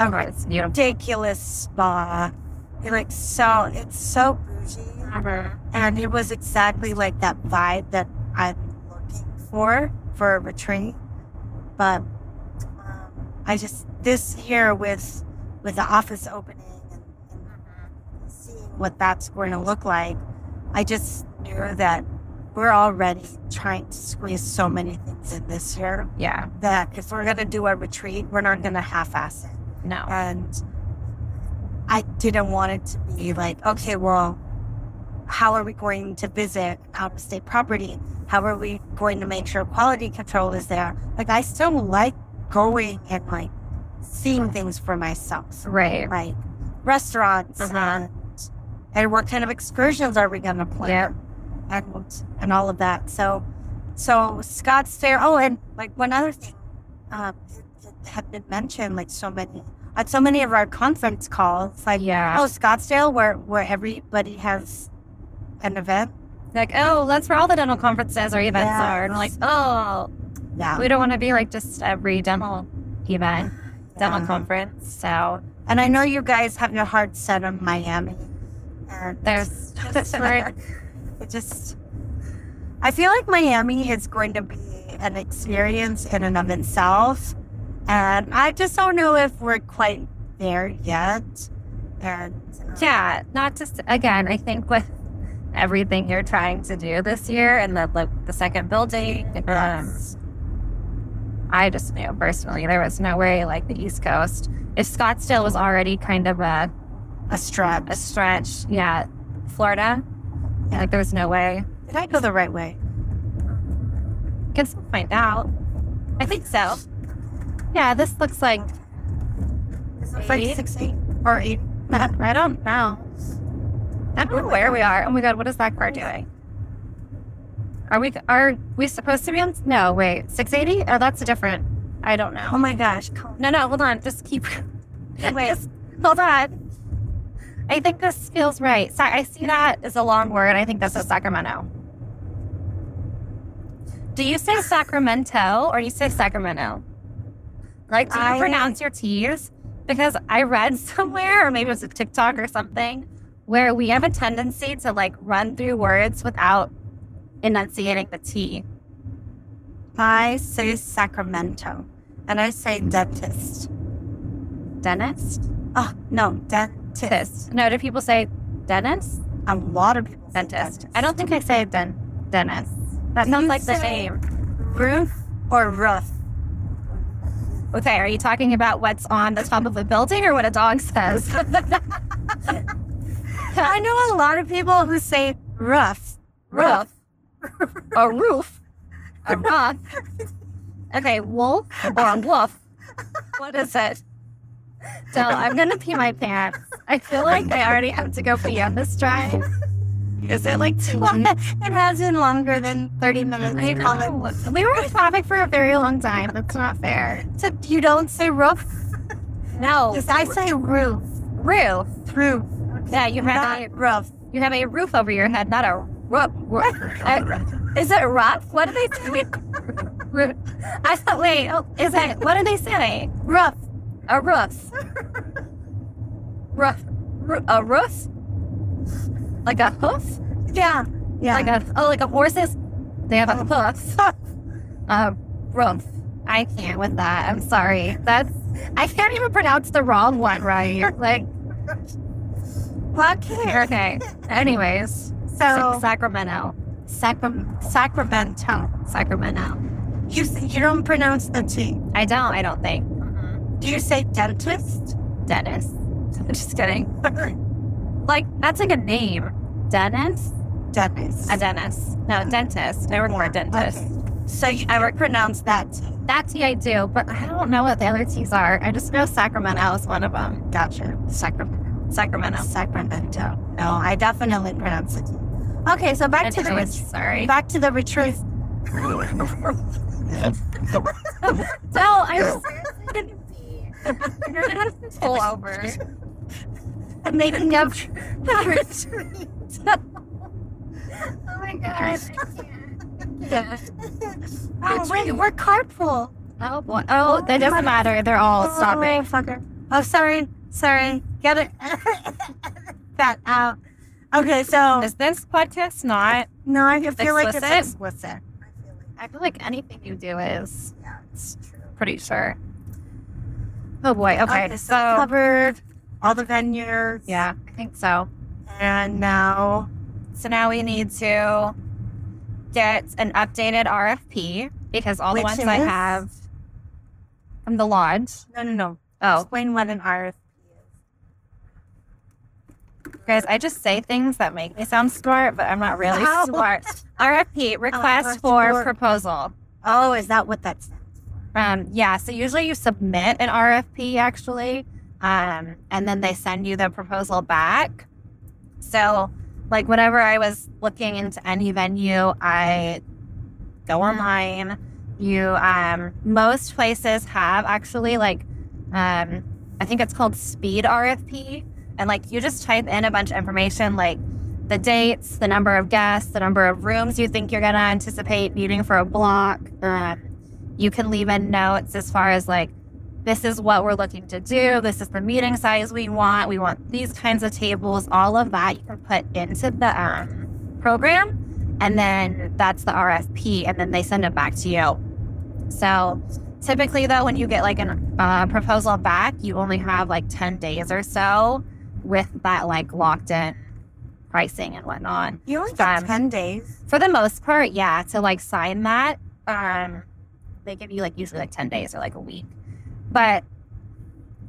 a Right. It's beautiful. ridiculous spa. It like so, it's so bougie, and it was exactly like that vibe that I'm looking for for a retreat. But um, I just this year with with the office opening and, and seeing what that's going to look like, I just knew that we're already trying to squeeze so many things in this year Yeah. that if we're going to do a retreat, we're not going to half ass it. No. And I didn't want it to be like, okay, well, how are we going to visit out of state property? How are we going to make sure quality control is there? Like, I still like going and like seeing things for myself Right. like restaurants Uh-huh. and, and what kind of excursions are we going to plan Yep. and and all of that. So so Scottsdale. Oh, and like one other thing, um, it, it had been mentioned like so many at so many of our conference calls, like yeah. oh Scottsdale, where where everybody has an event. Like, oh, that's where all the dental conferences or events Yes. are. And we're like, oh, Yeah, we don't want to be like just every dental event, dental Yeah. conference. So Um, and I know you guys have your heart set on Miami. And there's just for, it just I feel like Miami is going to be an experience in and of itself. And I just don't know if we're quite there yet. And uh, yeah, not just again. I think with everything you're trying to do this year and the like, the second building. Um, yes. I just knew personally there was no way like the East Coast. If Scottsdale was already kind of a, a strap. a stretch, yeah, Florida, Yeah. like there was no way. Did I go the right way? Can still find out. I think so. Yeah, this looks like Is it like Eight? six eight or eight? I don't know. I don't know where we are. Oh my god, what is that car doing? Are we are we supposed to be on? No, wait, six eighty? Oh, that's a different. I don't Oh know. my gosh. come- No, no, hold on. Just keep. Wait. Just hold on. I think this feels right. So I see that as a long word. I think that's a Sacramento. Do you say Sacramento or do you say Sacramento? Like, do you I- pronounce your T's? Because I read somewhere, or maybe it was a TikTok or something, where we have a tendency to like run through words without enunciating the T. I say Sacramento and I say dentist. Dentist? Oh, no, dentist. Dentist. No, do people say dentist? A lot of people say dentist. I don't think I say den- dentist. That Do sounds you like the say- name. Roof or roof? Okay, are you talking about what's on the top of a building or what a dog says? I know a lot of people who say rough. roof. a roof. A roof. Okay, wolf or wolf. What is it? So I'm gonna pee my pants. I feel like I already have to go pee on this drive. Is it like too long? it has been longer than 30 minutes. I know. We were on topic for a very long time. That's not fair. So you don't say roof? No, Yes, I say roof. roof. Roof. Yeah, you have a Not roof. you have a roof over your head, not a roof. Uh, is it rough? What do they say? Roof. I thought, wait, oh, is it? What do they say? Roof. A roof. Roof. Ru- A roof? Like a hoof? Yeah. Yeah. Oh. Like a oh, like a horse's? They have a hoof. A roof. I can't with that. I'm sorry. That's I can't even pronounce the wrong one right. Like okay. okay. Anyways, So Sacramento. Sacram- Sacramento. Sacramento. You s- you don't pronounce the T. I don't. I don't think. Do you say dentist? Dennis. I'm just kidding. Like that's like a name. Dennis. dentist. A dentist. No, dentist. I work for a dentist. Okay. So you, I would pronounce that T. That tea I do, but I don't know what the other teas are. I just know Sacramento is one of them. Gotcha. Sacramento. Sacramento. Sacramento. No, I definitely pronounce it. Okay, so back to the Anyways, retreat. sorry. Back to the retreat. No, I'm seriously gonna pee. You're gonna have to pull over. I'm making up. Oh my god. Yeah. oh wait, we're carpool. Oh boy. Oh, that doesn't matter. They're all stopping. fucker. Oh, sorry, sorry. Get it. that out. Okay, so Is this podcast not? no, I feel like it's Explicit? explicit. I feel like anything you do is. Yeah, it's true. Pretty sure. Oh boy. Okay. Okay, so, so covered all the venues. yeah, I think so. and now So now we need to get an updated RFP because all Which the ones I is? have from the lodge. no, no, no. Oh, Explain what an RFP is. guys, I just say things that make me sound smart, but I'm not really Ow. smart. Oh RFP request request for for- proposal. Oh, is that what that stands? Um, yeah, so usually you submit an RFP actually, um, and then they send you the proposal back. So, like, whenever I was looking into any venue, I go online. You, um, most places have actually like um, I think it's called Speed RFP. And like you just type in a bunch of information like the dates, the number of guests, the number of rooms you think you're going to anticipate needing for a block. Um, you can leave in notes as far as like, this is what we're looking to do. This is the meeting size we want. We want these kinds of tables. All of that you can put into the um, program. And then that's the RFP. And then they send it back to you. So typically, though, when you get like a uh, proposal back, you only have like 10 days or so with that like locked in pricing and whatnot. You only got Um, 10 days. For the most part, yeah, to like sign that, um, they give you like usually like 10 days or like a week. But,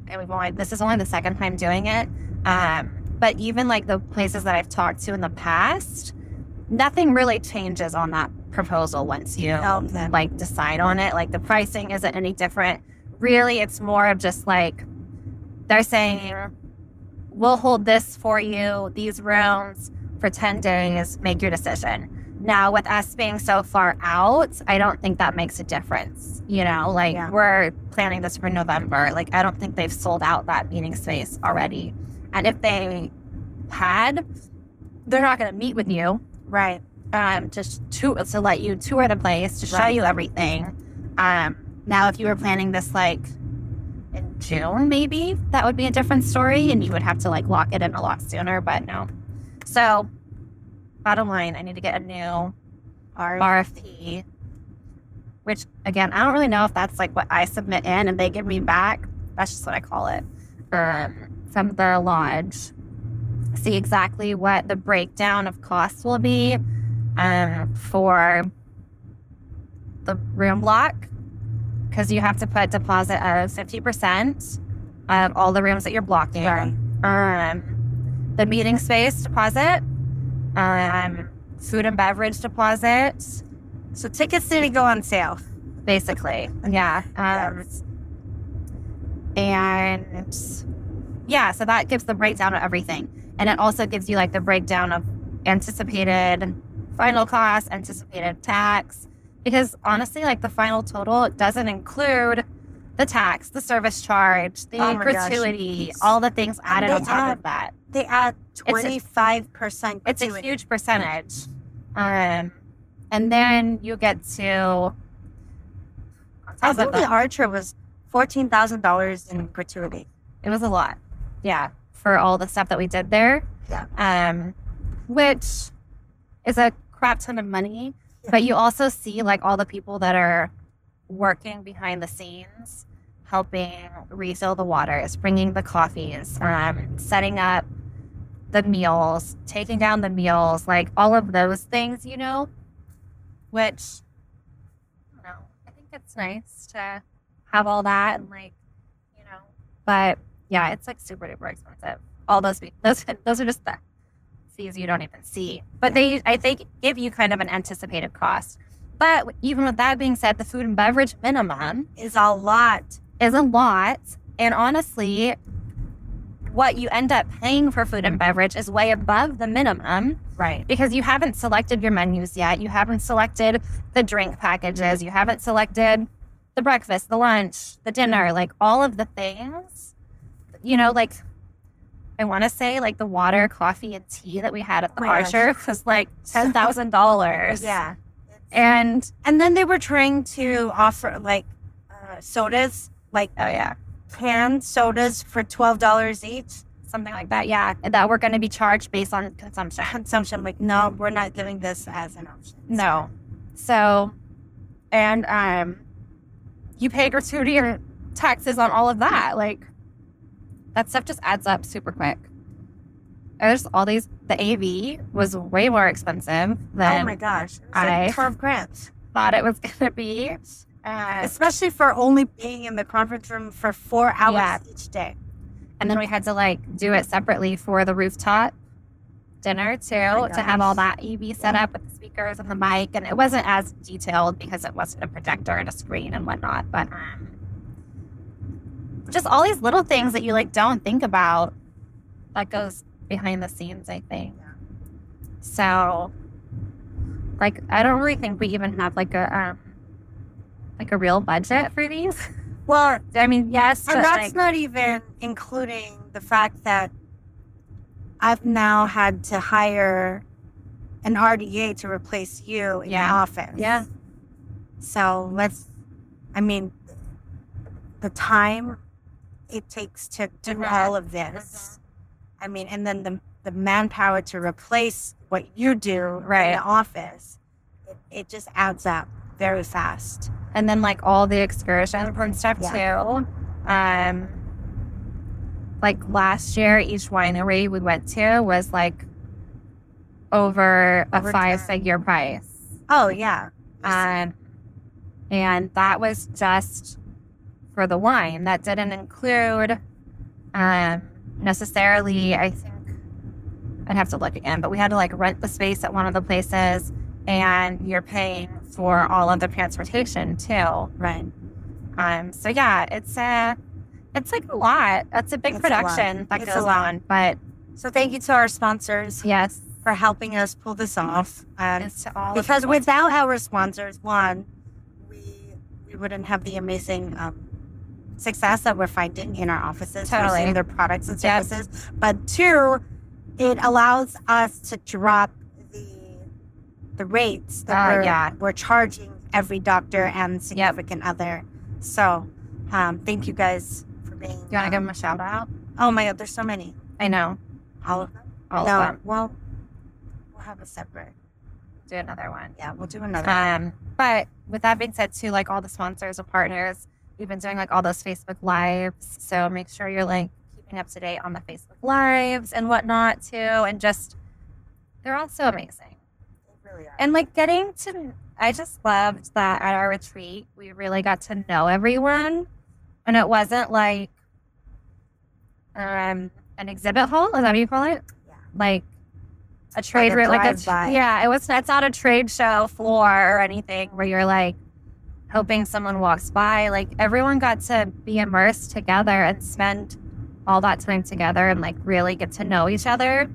and we've only, this is only the second time doing it. Um, but even like the places that I've talked to in the past, nothing really changes on that proposal once you Oh, then. like decide on it. Like the pricing isn't any different. Really, it's more of just like they're saying, we'll hold this for you, these rooms for 10 days, make your decision. Now, with us being so far out, I don't think that makes a difference. You know, like Yeah. we're planning this for November. Like, I don't think they've sold out that meeting space already. And if they had, they're not going to meet with you Right. um, just to to let you tour the place to show Right. you everything. Um, now, if you were planning this like in June, maybe that would be a different story, and you would have to like lock it in a lot sooner. But no, so bottom line, I need to get a new Or RFP. Which again, I don't really know if that's like what I submit in and they give me back. That's just what I call it. Um, from the lodge, see exactly what the breakdown of costs will be um, for the room block, because you have to put deposit of fifty percent of all the rooms that you're blocking Right. um, the meeting space deposit, um, food and beverage deposit, So tickets didn't go on sale. basically. Yeah. Um, Yes. and yeah, so that gives the breakdown of everything. And it also gives you like the breakdown of anticipated final cost, anticipated tax. Because honestly, like the final total doesn't include the tax, the service charge, the Oh my gosh. gratuity, all the things added on they top of that. They add a- 25% It's a gratuity. huge percentage. Um, and then you get to. on I top think of the that- Archer was $14,000 in gratuity. It was a lot. Yeah. For all the stuff that we did there. Yeah. Um, which is a crap ton of money. Yeah. But you also see like all the people that are working behind the scenes, helping refill the waters, bringing the coffees, um, setting up the meals, taking down the meals, like all of those things, you know, which I don't know. I think it's nice to have all that and like, you know, but yeah, it's like super duper expensive. All those be- those those are just the fees you don't even see, but they I think give you kind of an anticipated cost. But even with that being said, the food and beverage minimum Is a lot. is a lot. And honestly, Mm-hmm. what you end up paying for food and beverage is way above the minimum Right. because you haven't selected your menus yet. You haven't selected the drink packages. You haven't selected the breakfast, the lunch, the Mm-hmm. dinner, like all of the things. You know, like I want to say like the water, coffee, and tea that we had at the Oh my gosh. Archer was like ten thousand dollars. Yeah. and And then they were trying to offer like uh, sodas, like oh yeah, canned sodas for $12 each. something like that. Yeah, and that we're going to be charged based on consumption. Consumption, like, no, we're not doing this as an option. No. So, and um, you pay gratuity and taxes on all of that. Like, that stuff just adds up super quick. And There's all these. The AV was way more Oh expensive than my gosh. It was I- like 12 grand. thought it was gonna be. Uh, Especially for only being in the conference room for four hours Yeah. each day. and then we had to like do it separately for the rooftop dinner too Oh my to have all gosh. that EV set up with the speakers and the mic and it wasn't as detailed because it wasn't a projector and a screen and whatnot but um, just all these little things that you like don't think about that goes behind the scenes I think Yeah. so like I don't really think we even have like a um, like a real budget for these Well, I mean, yes, but and that's like, not even including the fact that I've now had to hire an RDA to replace you in the Yeah. office. yeah, So let's, I mean, the time it takes to do Mhm. all of this. Mm-hmm. I mean, and then the, the manpower to replace what you do in Right. the office, it, it just adds up very fast. and then like all the excursions from step two. Um, like last year, each winery we went to was like over a Over five time. figure price. Oh, yeah. Um, and that was just for the wine. That didn't include um, necessarily, I think, I'd have to look again, but we had to like rent the space at one of the places and you're paying for all of the transportation too. Right. Um, so yeah, it's a, it's like a lot. That's a big It's a lot. production that It's a goes lot. on, but So thank you to our sponsors yes, for helping us pull this off. And it's to all of because without our sponsors, one, we we wouldn't have the amazing um, success that we're finding in our offices, we're Totally. seeing their products and Yep. services. But two, it allows us to drop the the rates that Ah, we're, yeah. we're charging every doctor and significant other. So um, thank you guys for being. you want to um, give them a shout out? Oh my God, there's so many. I know All of them. all no, of them. well, we'll have a separate. Do another one. Yeah, we'll do another. Um, but with that being said, too, like all the sponsors and partners, we've been doing like all those Facebook lives. So make sure you're like keeping up to date on the Facebook lives and whatnot too. And just they're all so amazing. They really are. And like getting to, I just loved that at our retreat we really got to know everyone, and it wasn't like um an exhibit hall. Is that what you call it? Yeah. Like a trade a room, like a drive-by. yeah. It was. It's not a trade show floor or anything where you're like hoping someone walks by. Like everyone got to be immersed together and spend all that time together and like really get to know each other,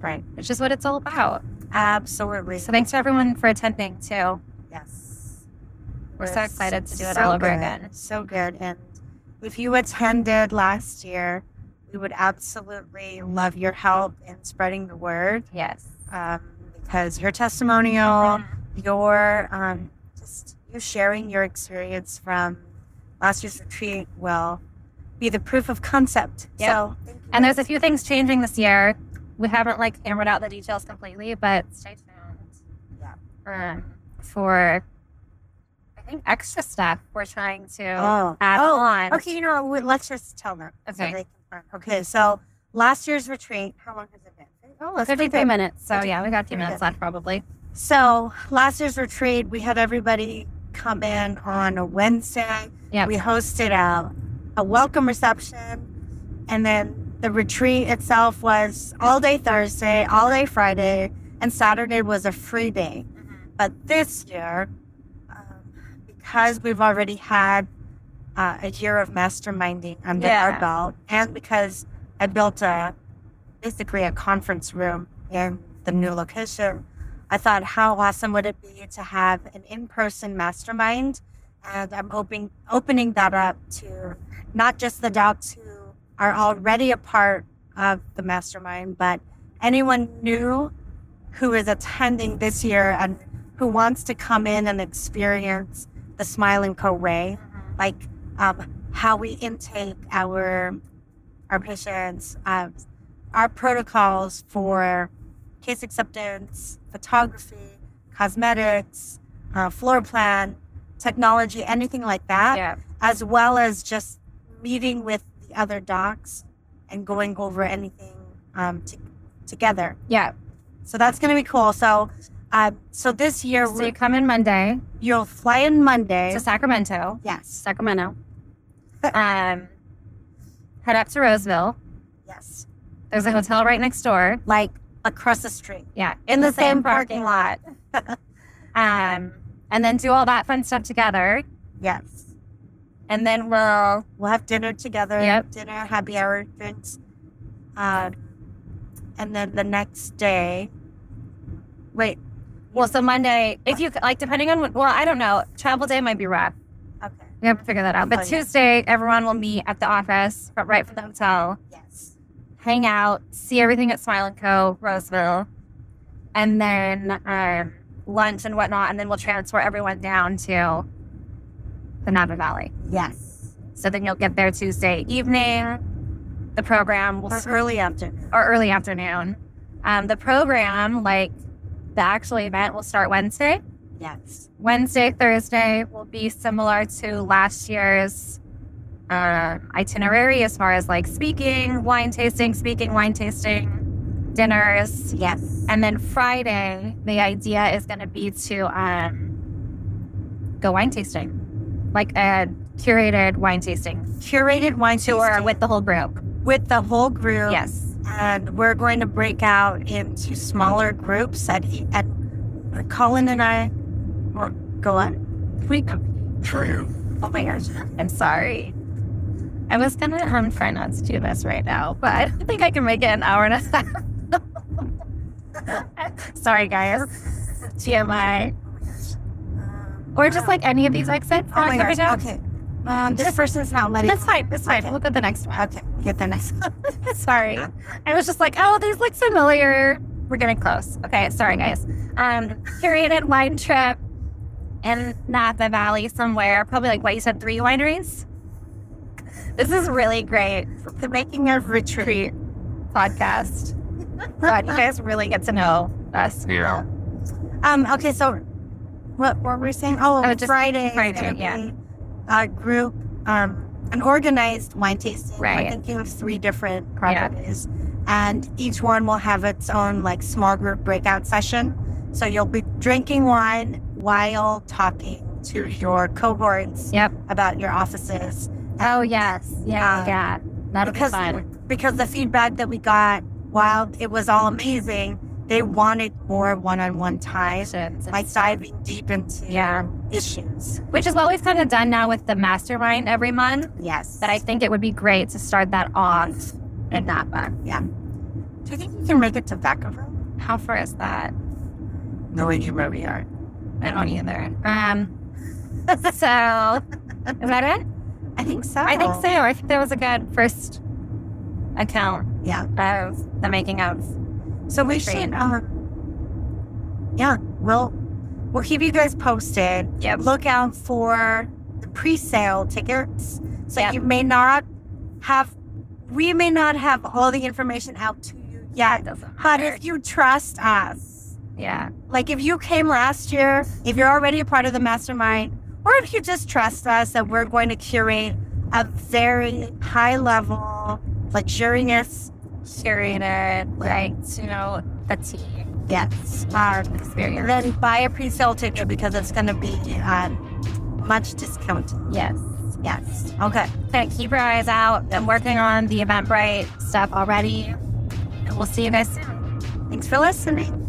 right. which is what it's all about. Absolutely. So thanks to everyone for attending too. yes. We're so Yes. excited to do it So all over good. again. So good. And if you attended last year, we would absolutely love your help in spreading the word Yes. Um, um, because your testimonial, your um, just you sharing your experience from last year's retreat will be the proof of concept. Yep. So thank you And there's a guys. few things changing this year. We haven't like hammered out the details completely, but stay tuned. Yeah. Um, for I think extra stuff we're trying to Oh. add Oh, on. Okay, you know, what, let's just tell them. so Okay. they can learn. Okay, so last year's retreat, how long has it been? Oh, let's Fifty three minutes. So Okay. yeah, we got a few Very minutes good. left probably. So last year's retreat, we had everybody come in on a Wednesday. Yep. We hosted a, a welcome reception, and then the retreat itself was all day Thursday, all day Friday, and Saturday was a free day. Mm-hmm. But this year, um, because we've already had uh, a year of masterminding under Yeah. our belt, and because I built a basically a conference room in the new location, I thought, how awesome would it be to have an in-person mastermind? And I'm hoping opening that up to not just the docs who are already a part of the mastermind, but anyone new who is attending this year and who wants to come in and experience the Smile and Co way, Mm-hmm. like um, how we intake our our patients, um, our protocols for case acceptance, photography, cosmetics, uh, floor plan, technology, anything like that Yeah. as well as just meeting with the other docs and going over anything um, t- together. Yeah. So that's going to be cool. So, uh, so this year So you we come in Monday you'll fly in Monday. to Sacramento. yes, Sacramento. um head up to Roseville. yes, There's a hotel right next door. like across the street. Yeah, In the same parking lot. um, and then do all that fun stuff together, Yes, and then we'll we'll have dinner together. Yep. Dinner, happy hour, drinks, uh, and then the next day. Wait. well. So Monday, if you like, depending on what, well, I don't know. Travel day might be rough. Okay. We have to figure that out. But Oh, yeah. Tuesday, everyone will meet at the office, but right from the hotel, Yes. hang out, see everything at Smile and Co. Roseville, and then um, lunch and whatnot, and then we'll transfer everyone down to the Napa Valley. Yes. So then you'll get there Tuesday evening. The program will Or early afternoon. or early afternoon. Um, the program, like the actual event, will start Wednesday. Yes. Wednesday, Thursday will be similar to last year's uh, itinerary as far as like speaking, wine tasting, speaking, wine tasting, dinners. Yes. And then Friday, the idea is going to be to um, go wine tasting, like a curated wine tasting curated wine tour tasting with the whole group. with the whole group. Yes. and we're going to break out into smaller groups. At E, at Colin and I, or go on. We True. oh my gosh, I'm sorry. I was going to um, try not to do this right now, but I don't think I can make it an hour and a half. sorry, guys. TMI. um, Or just like any of these exits. oh my that we gosh, do. okay. Um, this person's not letting. That's fine. That's fine. We'll go to the next one. Okay, get the next. sorry. I was just like, oh, these look familiar. We're getting close. Okay, sorry guys. Um, curated wine trip in Napa Valley somewhere. Probably like what you said, three wineries. This is really great The making of retreat. treat podcast. God, you guys really get to know us. Yeah. Um. Okay. So, what, what were we saying? Oh, Oh, just Friday. is Friday, gonna be yeah. A group, um, an organized wine tasting. Right. I think you have three different Yeah. properties, and each one will have its own like small group breakout session. So you'll be drinking wine while talking to your cohorts Yep. about your offices. Oh yes. Yeah. Uh, yeah. That'll be because fun. because the feedback that we got, while it was all amazing, they wanted more one-on-one time. like diving deep into Yeah. issues. Which is what we've kind of done now with the mastermind every month. Yes. That I think it would be great to start that off in Napa. do you think you can make it to Vacaville? How far is that? Knowing you where we are. I don't either. Um. So, is that it? I think so. I think so. I think that was a good first account Yeah. of the making of. So we Great. should um Yeah, we'll we'll keep you guys posted. Yep. Look out for the pre sale tickets. So Yep. you may not have we may not have all the information out to you yet. doesn't But if you trust us, Yeah. Like if you came last year, if you're already a part of the mastermind, or if you just trust us that we're going to curate a very high level, luxurious curated, like you know the tea yes, uh, experience. then buy a pre-sale ticket because it's going to be uh, much discounted. yes. Yes. Okay. Okay, keep your eyes out. I'm working on the Eventbrite stuff already. And we'll see you guys soon. Thanks for listening.